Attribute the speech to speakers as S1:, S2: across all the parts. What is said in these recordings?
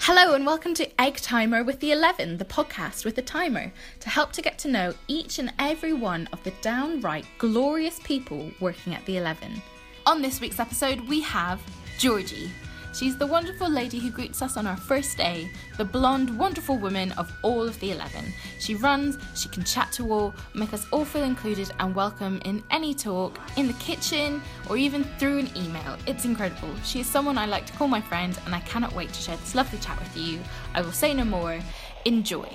S1: Hello and welcome to Egg Timer with the 11, the podcast with a timer to help to get to know each and every one of the downright glorious people working at the 11. On this week's episode, we have Georgie. She's the wonderful lady who greets us on our first day, the blonde, wonderful woman of all of the 11. She runs, she can chat to all, make us all feel included and welcome in any talk, in the kitchen, or even through an email. It's incredible. She is someone I like to call my friend, and I cannot wait to share this lovely chat with you. I will say no more. Enjoy.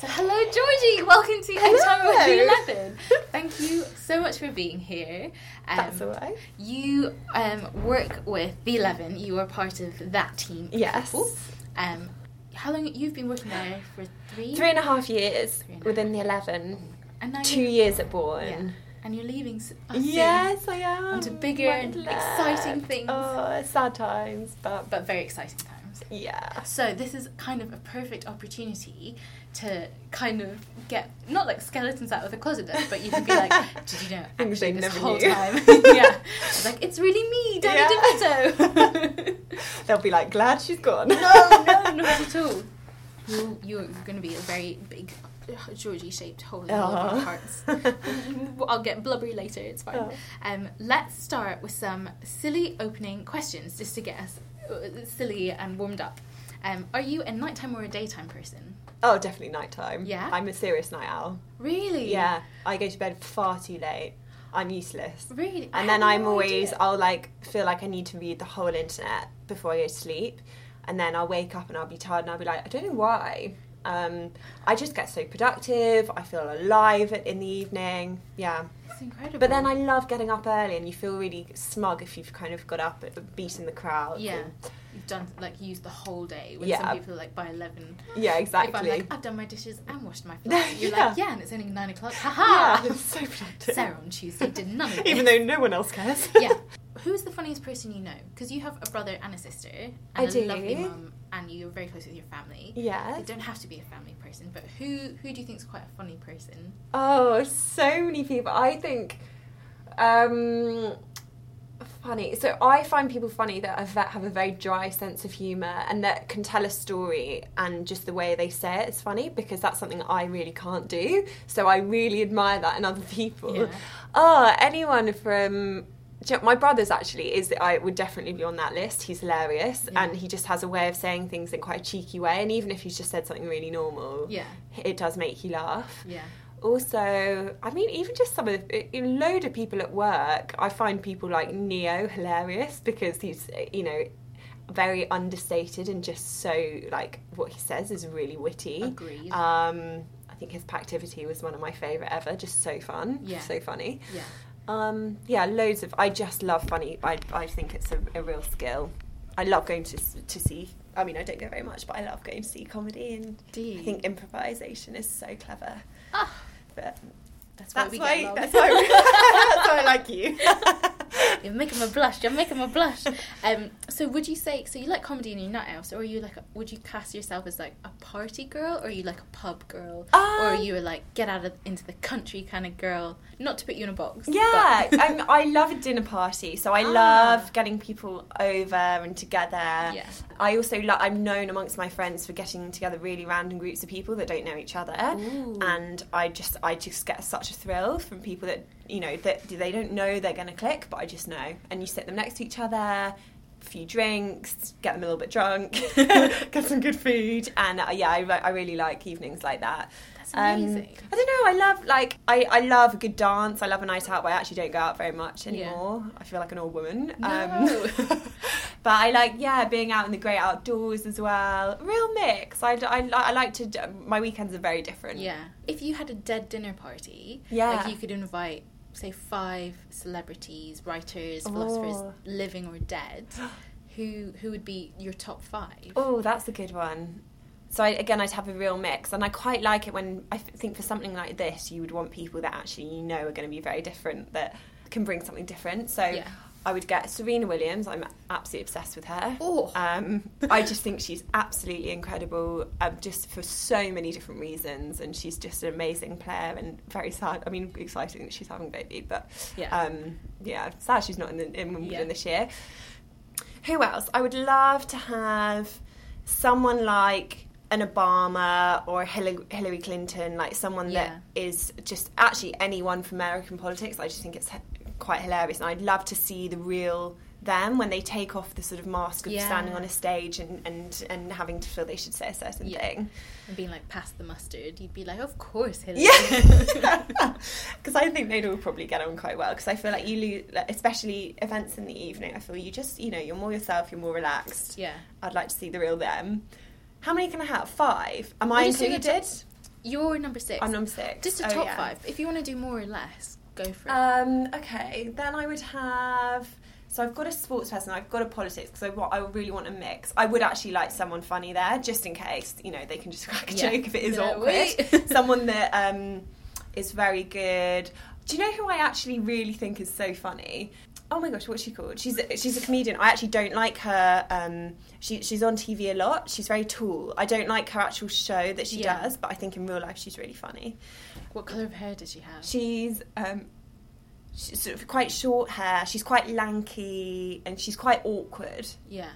S1: So, hello, Georgie. Welcome to Egg Time with the
S2: Hello.
S1: 11. Thank you so much for being here. Um,
S2: That's all right.
S1: you um, work with the Eleven. You are part of that team. of
S2: Yes.
S1: people. Um, how long you've been working there for three?
S2: Three and a half years
S1: Three and a
S2: within the 11,
S1: And now
S2: two
S1: you're-
S2: years at Bourne.
S1: Yeah. And you're leaving. s- us soon,
S2: Yes, I am.
S1: Onto bigger
S2: Right
S1: and
S2: left.
S1: exciting things.
S2: Oh, sad times, but,
S1: but very exciting times.
S2: yeah.
S1: So this is kind of a perfect opportunity to kind of get not like skeletons out of the closet, but you can be like, did you know
S2: Things
S1: actually
S2: they
S1: this
S2: never
S1: whole
S2: knew."
S1: time? yeah, it's like it's really me, Danny
S2: Yeah.
S1: DeVito.
S2: They'll be like, glad she's gone.
S1: no, no, not at all. You, you're going to be a very big Georgie shaped hole in all of our hearts. I'll get blubbery later, it's fine.
S2: Oh.
S1: Um, let's start with some silly opening questions just to get us uh, silly and warmed up. Um, are you a nighttime or a daytime person?
S2: oh, definitely nighttime.
S1: Yeah?
S2: I'm a serious night owl.
S1: Really?
S2: Yeah. I go to bed far too late. I'm useless.
S1: Really? I had
S2: And then I'm
S1: no
S2: always,
S1: idea.
S2: I'll like feel like I need to read the whole internet before I go to sleep. And then I'll wake up and I'll be tired and I'll be like, I don't know why. Um, I just get so productive. I feel alive at- in the evening. Yeah.
S1: It's incredible.
S2: But then I love getting up early and you feel really smug if you've kind of got up at beaten the crowd.
S1: Yeah. You've done, like, used the whole day when
S2: Yeah.
S1: some people are like by 11.
S2: Yeah,
S1: If I'm
S2: exactly.
S1: like, I've done my dishes and washed my face, you're
S2: Yeah.
S1: like, yeah, and it's only 9 o'clock.
S2: yeah,
S1: Haha!
S2: it's so productive.
S1: Sarah on Tuesday did none of this.
S2: Even though no one else cares.
S1: yeah. Who's the funniest person you know? Because you have a brother and a sister, and
S2: I
S1: a
S2: do.
S1: lovely mum, and you're very close with your family.
S2: yeah.
S1: You don't have to be a family person, but who who do you think is quite a funny person?
S2: Oh, so many people. I think um, funny. So I find people funny that have, that have a very dry sense of humour and that can tell a story and just the way they say it is funny because that's something I really can't do. So I really admire that in other people.
S1: Yeah.
S2: Oh, anyone from. do you know, My brother's actually is I would definitely be on that list. He's hilarious,
S1: Yeah.
S2: and he just has a way of saying things in quite a cheeky way. And even if he's just said something really normal,
S1: Yeah,
S2: it does make you laugh
S1: yeah,
S2: also i mean even just some of the a load of people at work i find people like neo hilarious because he's you know very understated and just so like what he says is really witty
S1: agreed.
S2: um i think his activity was one of my favorite ever just so fun
S1: Yeah.
S2: so funny
S1: yeah,
S2: um yeah loads of i just love funny i, I think it's a, a real skill i love going to s- to see i mean i don't go very much but i love going to see comedy and
S1: do you?
S2: i think improvisation is so clever
S1: Ah.
S2: but
S1: that's, why
S2: that's
S1: we
S2: why.
S1: get along.
S2: That's why. we- that's why I like you.
S1: You're making me blush. You're making me blush. Um, so would you say so? You like comedy and you're not else, or are you like? A, would you cast yourself as like a party girl, or are you like a pub girl, or are
S2: Um,
S1: you a, like get out of into the country kind of girl? Not to put you in a box.
S2: Yeah,
S1: but-
S2: um, I love a dinner party, so I
S1: Ah.
S2: love getting people over and together.
S1: yeah,
S2: I also lo- I'm known amongst my friends for getting together really random groups of people that don't know each other,
S1: Ooh.
S2: and I just I just get such a thrill from people that you know that they don't know they're going to click, but I just know, and you sit them next to each other. a Few drinks, get them a little bit drunk, get some good food, and uh, yeah, I, re- I really like evenings like that.
S1: that's
S2: Um,
S1: amazing.
S2: I don't know. I love like I, I love a good dance. I love a night out, but I actually don't go out very much
S1: Yeah.
S2: anymore. I feel like an old woman. Um,
S1: No.
S2: but I like yeah being out in the great outdoors as well. Real mix. I, d- I, li- I like to. d- My weekends are very different.
S1: yeah, if you had a dead dinner party,
S2: Yeah.
S1: like you could invite say five celebrities, writers, philosophers,
S2: Oh.
S1: living or dead. Who who would be your top five?
S2: Oh, that's a good one. So I, again, I'd have a real mix, and I quite like it when I f- think for something like this, you would want people that actually you know are going to be very different that can bring something different. So
S1: Yeah.
S2: I would get Serena Williams. I'm absolutely obsessed with her.
S1: Oh.
S2: Um, I just think she's absolutely incredible, um, just for so many different reasons, and she's just an amazing player and very sad. I mean, exciting that she's having a baby, but
S1: Yeah.
S2: um, yeah, sad she's not in, the, in Wimbledon
S1: Yeah.
S2: this year. Who else? I would love to have someone like an Obama or Hillary, Hillary Clinton, like someone that is just actually anyone from American politics, I just think it's h- quite hilarious. And I'd love to see the real them when they take off the sort of mask of
S1: Yeah.
S2: standing on a stage and, and, and having to feel they should say a certain
S1: Yeah.
S2: thing.
S1: and being like past the mustard, you'd be like, of course, Hillary.
S2: Yeah, because I think they'd all probably get on quite well. Because I feel like you lose, like, especially events in the evening. I feel you just, you know, you're more yourself, you're more relaxed.
S1: yeah.
S2: I'd like to see the real them. How many can I have? Five. Am I
S1: We'll just do the
S2: included?
S1: You're number 6
S2: I'm number six.
S1: Just a
S2: Oh,
S1: top
S2: yeah.
S1: five. If you want to do more or less, go for it.
S2: Um, okay, then I would have. So I've got a sports person, I've got a politics because I, wa- I really want a mix. I would actually like someone funny there, just in case you know they can just crack a
S1: Yeah.
S2: joke if it is
S1: You know,
S2: awkward.
S1: wait.
S2: someone that um, is very good. Do you know who I actually really think is so funny? Oh my gosh, what's she called? She's a, she's a comedian. I actually don't like her. Um, she, she's on TV a lot. She's very tall. I don't like her actual show that she
S1: Yeah.
S2: does, but I think in real life she's really funny.
S1: what colour of hair did she have?
S2: She's um, she's sort of quite short hair. She's quite lanky, and she's quite awkward.
S1: yeah.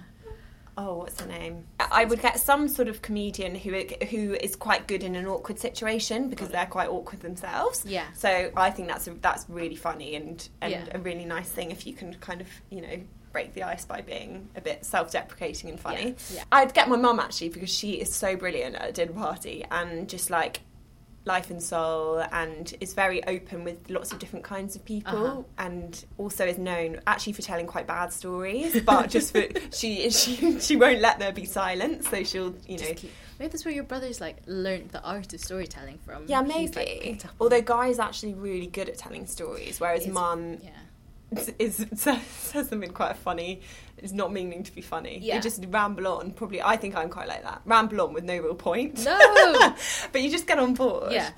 S2: Oh, what's her name? I would get some sort of comedian who who is quite good in an awkward situation because they're quite awkward themselves.
S1: Yeah.
S2: So I think that's a, that's really funny and and
S1: Yeah.
S2: a really nice thing if you can kind of you know break the ice by being a bit self-deprecating and funny.
S1: Yeah.
S2: I'd get my mum actually because she is so brilliant at a dinner party and just like life and soul and is very open with lots of different kinds of people
S1: Uh-huh.
S2: and also is known actually for telling quite bad stories but just for she she she won't let there be silence so she'll you know
S1: Just keep- maybe that's where your brothers like learnt the art of storytelling from.
S2: yeah
S1: He's, like,
S2: maybe
S1: picked up on
S2: although guy's actually really good at telling stories whereas
S1: Is-
S2: mum
S1: it. yeah,
S2: is, says says them in quite a funny it's not meaning to be funny
S1: Yeah.
S2: you just ramble on probably i think i'm quite like that ramble on with no real point
S1: No.
S2: but you just get on board
S1: yeah,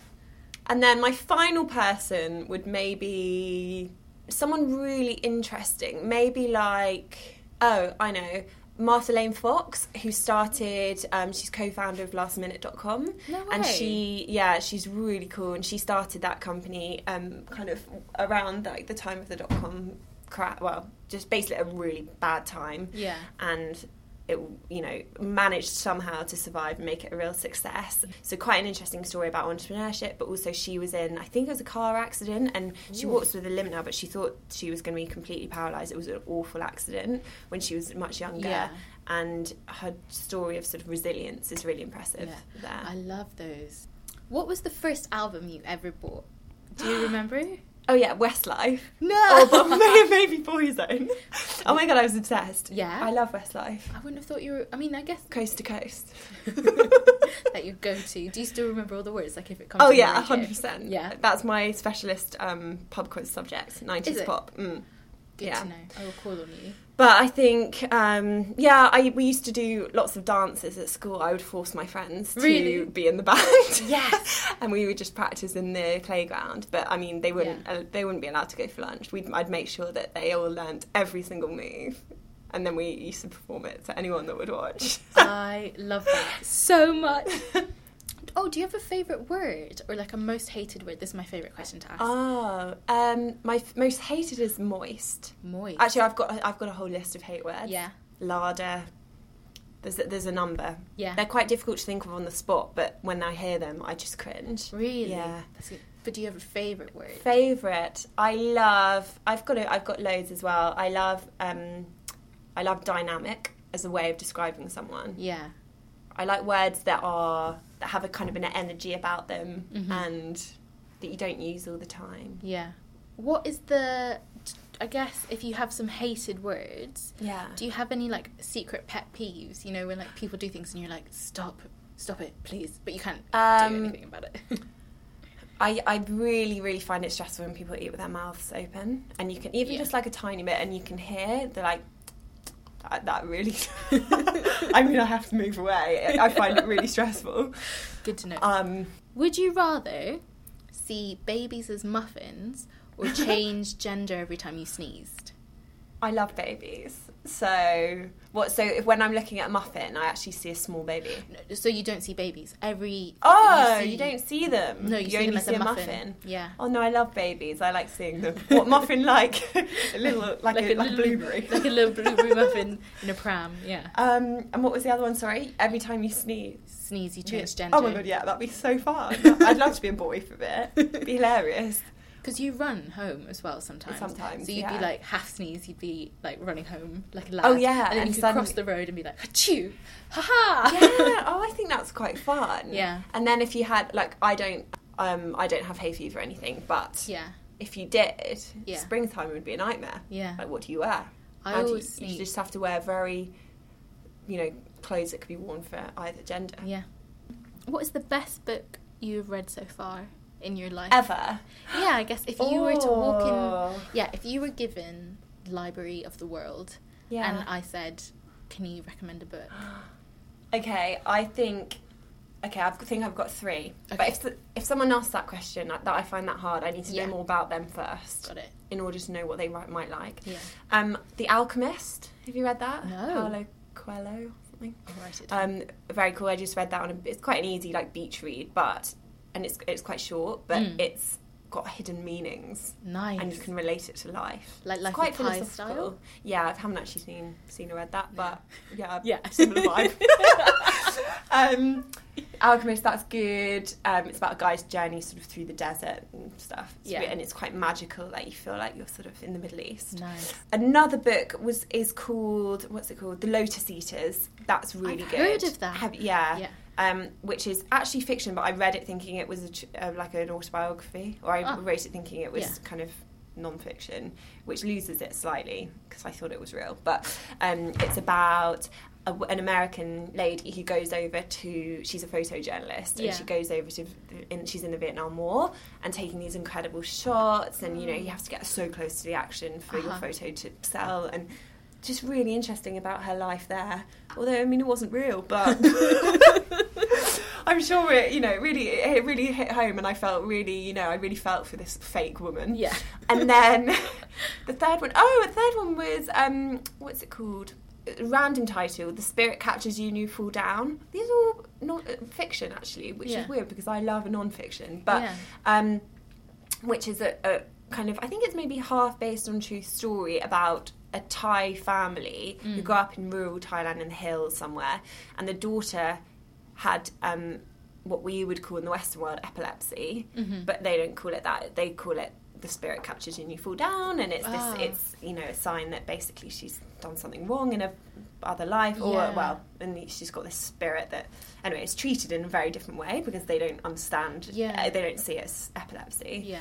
S2: And then my final person would maybe someone really interesting. Maybe like, oh, I know, Martha Lane Fox, who started, um, she's co founder of lastminute.com.
S1: No
S2: And
S1: way.
S2: she, yeah, she's really cool. And she started that company um, kind of around like the time of the dot com crash. Well, just basically a really bad time
S1: yeah.
S2: and it you know managed somehow to survive and make it a real success so quite an interesting story about entrepreneurship but also she was in i think it was a car accident and she
S1: Ooh.
S2: walks with a limp now but she thought she was going to be completely paralyzed it was an awful accident when she was much younger
S1: Yeah.
S2: and her story of sort of resilience is really impressive
S1: Yeah.
S2: there
S1: I love those. What was the first album you ever bought? Do you remember?
S2: oh yeah westlife
S1: no.
S2: oh but may- maybe boyzone oh my god i was obsessed
S1: Yeah.
S2: i love westlife
S1: I wouldn't have thought you were. I mean, I guess
S2: coast to coast
S1: that you go to. Do you still remember all the words? Like if it comes.
S2: Oh
S1: to
S2: yeah,
S1: mind,
S2: hundred percent.
S1: Yeah.
S2: that's my specialist um, pub quiz subject, nineties
S1: it?
S2: pop. Mm.
S1: Good
S2: yeah.
S1: to know. I will call on you.
S2: But I think, um, yeah, I we used to do lots of dances at school. I would force my friends to
S1: Really?
S2: be in the band.
S1: Yes.
S2: and we would just practice in the playground. But I mean, they wouldn't
S1: Yeah.
S2: uh, they wouldn't be allowed to go for lunch. We'd, I'd make sure that they all learnt every single move, and then we used to perform it to anyone that would watch.
S1: I love that so much. Oh, do you have a favorite word or like a most hated word? This is my favorite question to ask.
S2: Oh, um, my f- most hated is moist.
S1: Moist.
S2: Actually, I've got I've got a whole list of hate words.
S1: yeah,
S2: larder. There's a, there's a number.
S1: yeah.
S2: They're quite difficult to think of on the spot, but when I hear them, I just cringe.
S1: really.
S2: Yeah.
S1: That's good. But do you have a favorite word?
S2: Favorite, I love. I've got a, I've got loads as well. I love um, I love dynamic as a way of describing someone.
S1: Yeah.
S2: I like words that are that have a kind of an energy about them
S1: Mhm.
S2: and that you don't use all the time.
S1: Yeah. What is the? I guess if you have some hated words,
S2: Yeah.
S1: do you have any like secret pet peeves? You know, when like people do things and you're like, stop, stop it, please, but you can't do
S2: Um,
S1: anything about it.
S2: I, I really, really find it stressful when people eat with their mouths open. And you can, even
S1: Yeah.
S2: just like a tiny bit, and you can hear, they're like, that, that really. I mean, I have to move away. I find it really stressful.
S1: Good to know.
S2: Um,
S1: Would you rather see babies as muffins or change gender every time you sneezed?
S2: I love babies. So what? So if, when I'm looking at a muffin, I actually see a small baby.
S1: No, So you don't see babies. Every
S2: Oh, you,
S1: see-
S2: don't see them.
S1: No, you, see
S2: only
S1: them as
S2: see
S1: a muffin. Yeah.
S2: Oh no, I love babies. I like seeing them. What muffin like? a little like, a, like a
S1: little-
S2: blueberry.
S1: like a little blueberry muffin in a pram. Yeah.
S2: Um, and what was the other one? Sorry, every time you sneeze.
S1: Sneeze, you change
S2: Yeah.
S1: gender.
S2: Oh my god, yeah, that'd be so fun. I'd love to be a boy for a bit. It'd be hilarious.
S1: Because you run home as well sometimes.
S2: Sometimes,
S1: So you'd
S2: yeah.
S1: be like half sneeze, you'd be like running home like a lad.
S2: Oh, yeah,
S1: And then
S2: and
S1: you could cross
S2: suddenly-
S1: the road and be like, ha ha ha.
S2: yeah. Oh, I think that's quite fun.
S1: Ah. Yeah.
S2: And then if you had like, I don't, um, I don't have hay fever or anything, but
S1: Yeah.
S2: if you did,
S1: Yeah.
S2: springtime would be a nightmare.
S1: Yeah.
S2: Like, what do you wear?
S1: I
S2: How do you-
S1: always
S2: you,
S1: sneeze.
S2: just have to wear very, you know, clothes that could be worn for either gender.
S1: Yeah. What is the best book you've read so far in your life?
S2: Ever.
S1: Yeah, I guess if you were to walk
S2: Oh.
S1: in, yeah, if you were given the library of the world,
S2: Yeah.
S1: and I said, can you recommend a book?
S2: Okay, I think. Okay, I think I've got three. But
S1: Okay.
S2: if s- if someone asks that question, that, that I find that hard. I need to
S1: Yeah.
S2: know more about them first
S1: Got it.
S2: in order to know what they might, might like.
S1: Yeah.
S2: Um, the Alchemist. Have you read that?
S1: No.
S2: Paulo Coelho. Something.
S1: I'll write it down.
S2: Um, very cool. I just read that on. A, it's quite an easy like beach read, but and it's it's quite short, but
S1: Mm.
S2: it's got hidden meanings
S1: nice.
S2: and you can relate it to life.
S1: Like
S2: It's
S1: Life
S2: quite
S1: with Pi
S2: philosophical.
S1: style?
S2: Yeah, I haven't actually seen seen or read that,
S1: No.
S2: but yeah,
S1: Yeah.
S2: similar vibe. um, Alchemist, that's good. Um, it's about a guy's journey sort of through the desert and stuff. It's
S1: Yeah.
S2: re- and it's quite magical. Like you feel like you're sort of in the Middle East.
S1: nice.
S2: Another book was is called what's it called? The Lotus Eaters. That's really
S1: I've
S2: good.
S1: heard of that.
S2: Have- yeah.
S1: Yeah.
S2: Um, which is actually fiction, but I read it thinking it was a, tr- uh, like an autobiography, or I
S1: Ah.
S2: wrote it thinking it was
S1: Yeah.
S2: kind of non-fiction, which loses it slightly because I thought it was real. But um, it's about a, an American lady who goes over to she's a photojournalist
S1: Yeah.
S2: and she goes over to in, she's in the Vietnam War and taking these incredible shots, and you know you have to get so close to the action for your
S1: Mm. Uh-huh.
S2: photo to sell and. Just really interesting about her life there. Although I mean it wasn't real, but I'm sure it, you know, really, it really hit home, and I felt really, you know, I really felt for this fake woman.
S1: Yeah.
S2: And then the third one, oh, the third one was, um, what's it called? Random title: The Spirit Catches You, and You Fall Down. These are all not uh, fiction, actually, which
S1: Yeah.
S2: is weird because I love non-fiction, but
S1: Yeah.
S2: um, which is a, a kind of I think it's maybe half based on true story about a Thai family who grew up in rural Thailand in the hills somewhere, and the daughter had um, what we would call in the Western world epilepsy,
S1: Mm-hmm. Mm.
S2: but they don't call it that. They call it the spirit captures you and you fall down, and it's
S1: Ah.
S2: this it's you know a sign that basically she's done something wrong in her other life, or
S1: Yeah.
S2: well, and she's got this spirit that anyway it's treated in a very different way because they don't understand
S1: Yeah.
S2: uh, they don't see it as epilepsy
S1: Yeah.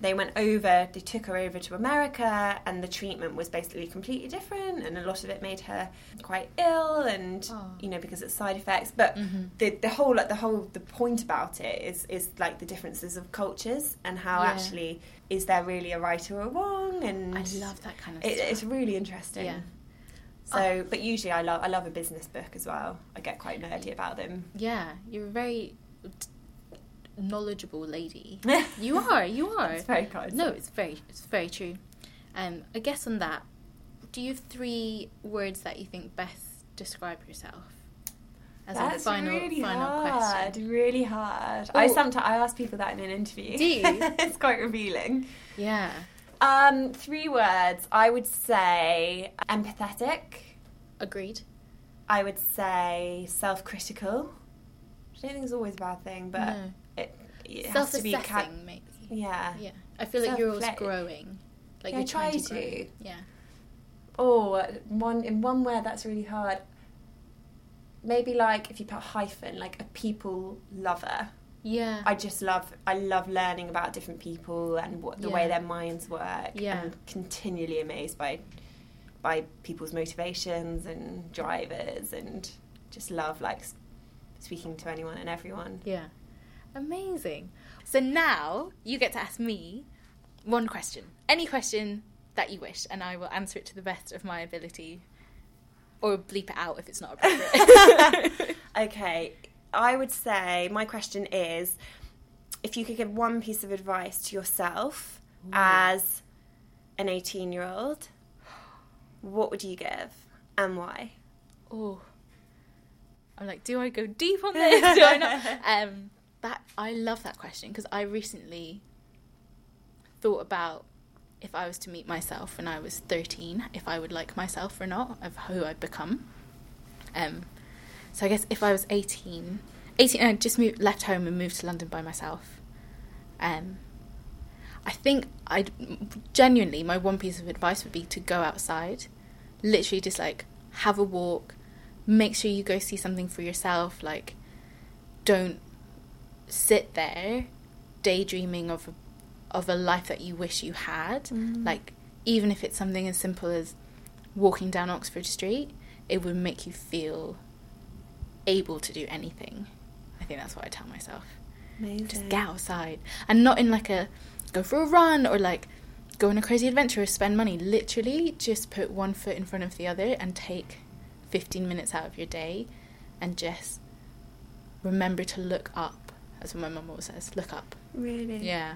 S2: they went over they took her over to america and the treatment was basically completely different and a lot of it made her quite ill and
S1: Oh.
S2: you know because it's side effects but the, the whole like the whole the point about it is is like the differences of cultures and how
S1: Yeah.
S2: actually is there really a right or a wrong and
S1: I love that kind of
S2: it,
S1: stuff.
S2: it's really interesting
S1: Yeah. Oh.
S2: so but usually i love i love a business book as well i get quite nerdy about them
S1: Yeah, you're a very t- knowledgeable lady. You are, you are.
S2: That's very kind.
S1: No, it's very, it's very true. Um, I guess on that, do you have three words that you think best describe yourself? As a
S2: That's
S1: final,
S2: really
S1: final
S2: hard.
S1: question.
S2: Really hard. I
S1: Ooh.
S2: sometimes I ask people that in an interview.
S1: Do you?
S2: it's quite revealing.
S1: Yeah.
S2: Um, three words. I would say empathetic.
S1: Agreed.
S2: I would say self-critical. Which I don't think is always a bad thing, but
S1: no.
S2: it, it has to be.
S1: Self-assessing,
S2: Ca-
S1: maybe.
S2: yeah.
S1: Yeah. I feel like you're always
S2: Self-reflect-
S1: growing. Like
S2: Yeah,
S1: you're trying
S2: I
S1: to.
S2: try
S1: grow.
S2: to.
S1: Yeah.
S2: Oh, one in one word. That's really hard. Maybe like if you put a hyphen, like a people lover.
S1: Yeah.
S2: I just love I love learning about different people and what the way
S1: Yeah.
S2: their minds work.
S1: Yeah.
S2: I'm continually amazed by by people's motivations and drivers and just love like s- speaking to anyone and everyone.
S1: Yeah. Amazing. So now you get to ask me one question. Any question that you wish, and I will answer it to the best of my ability. Or bleep it out if it's not appropriate.
S2: Okay, I would say my question is if you could give one piece of advice to yourself as an 18 year old,
S3: what would you give and why?
S1: Oh, I'm like, do I go deep on this? do I not? Um, that I love that question because I recently thought about if I was to meet myself when I was 13, if I would like myself or not, of who I've become. Um, so I guess if I was 18, 18, I just moved, left home and moved to London by myself. Um, I think I genuinely my one piece of advice would be to go outside, literally just like have a walk, make sure you go see something for yourself. Like, don't sit there daydreaming of of a life that you wish you had.
S3: Mm.
S1: Like, even if it's something as simple as walking down Oxford Street, it would make you feel able to do anything. I think that's what I tell myself
S3: Amazing.
S1: just get outside and not in like a go for a run or like go on a crazy adventure or spend money literally just put one foot in front of the other and take 15 minutes out of your day and just remember to look up that's what my mum always says look up
S3: Really?
S1: yeah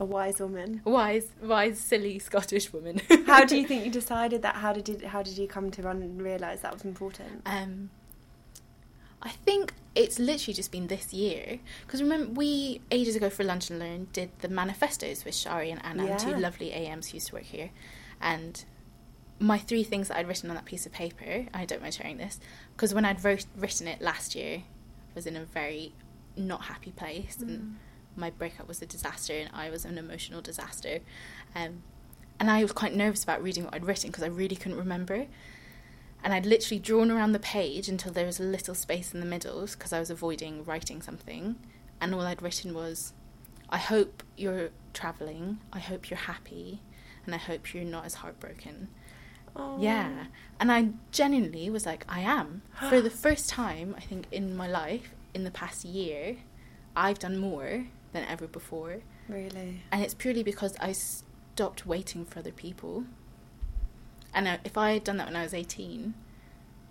S3: A wise woman.
S1: wise wise silly scottish woman
S3: How do you think you decided that? How did you, how did you come to run and realise that was important?
S1: Um, I think it's literally just been this year because remember we ages ago for lunch and learn did the manifestos with Shari and Anna, and two
S3: Yeah.
S1: lovely AMs who used to work here, and my three things that I'd written on that piece of paper. I don't mind sharing this because when I'd wrote, written it last year, I was in a very not happy place and my breakup was a disaster and I was an emotional disaster. Um, and I was quite nervous about reading what I'd written because I really couldn't remember. And I'd literally drawn around the page until there was a little space in the middle because I was avoiding writing something. And all I'd written was, I hope you're travelling, I hope you're happy, and I hope you're not as heartbroken.
S3: Oh.
S1: Yeah. And I genuinely was like, I am. For the first time, I think, in my life, in the past year, I've done more than ever before.
S3: Really.
S1: And it's purely because I stopped waiting for other people. And I, if I had done that when I was 18,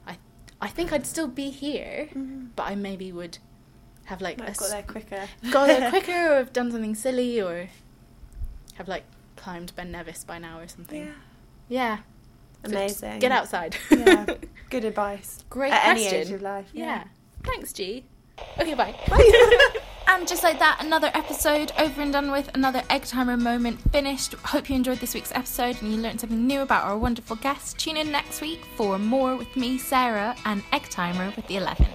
S1: I, I think I'd still be here,
S3: Mhm.
S1: but I maybe would have like
S3: Might
S1: a
S3: have got there quicker.
S1: got there quicker or have done something silly or have like climbed Ben Nevis by now or something.
S3: Yeah.
S1: Yeah. So just
S3: Amazing.
S1: Get outside.
S3: yeah. Good advice.
S1: Great
S3: At
S1: question.
S3: any age of life.
S1: yeah. Thanks, G. Okay, bye.
S4: And just like that, another episode over and done with, another egg timer moment finished. Hope you enjoyed this week's episode and you learned something new about our wonderful guest. Tune in next week for more with me, Sarah, and egg timer with the 11.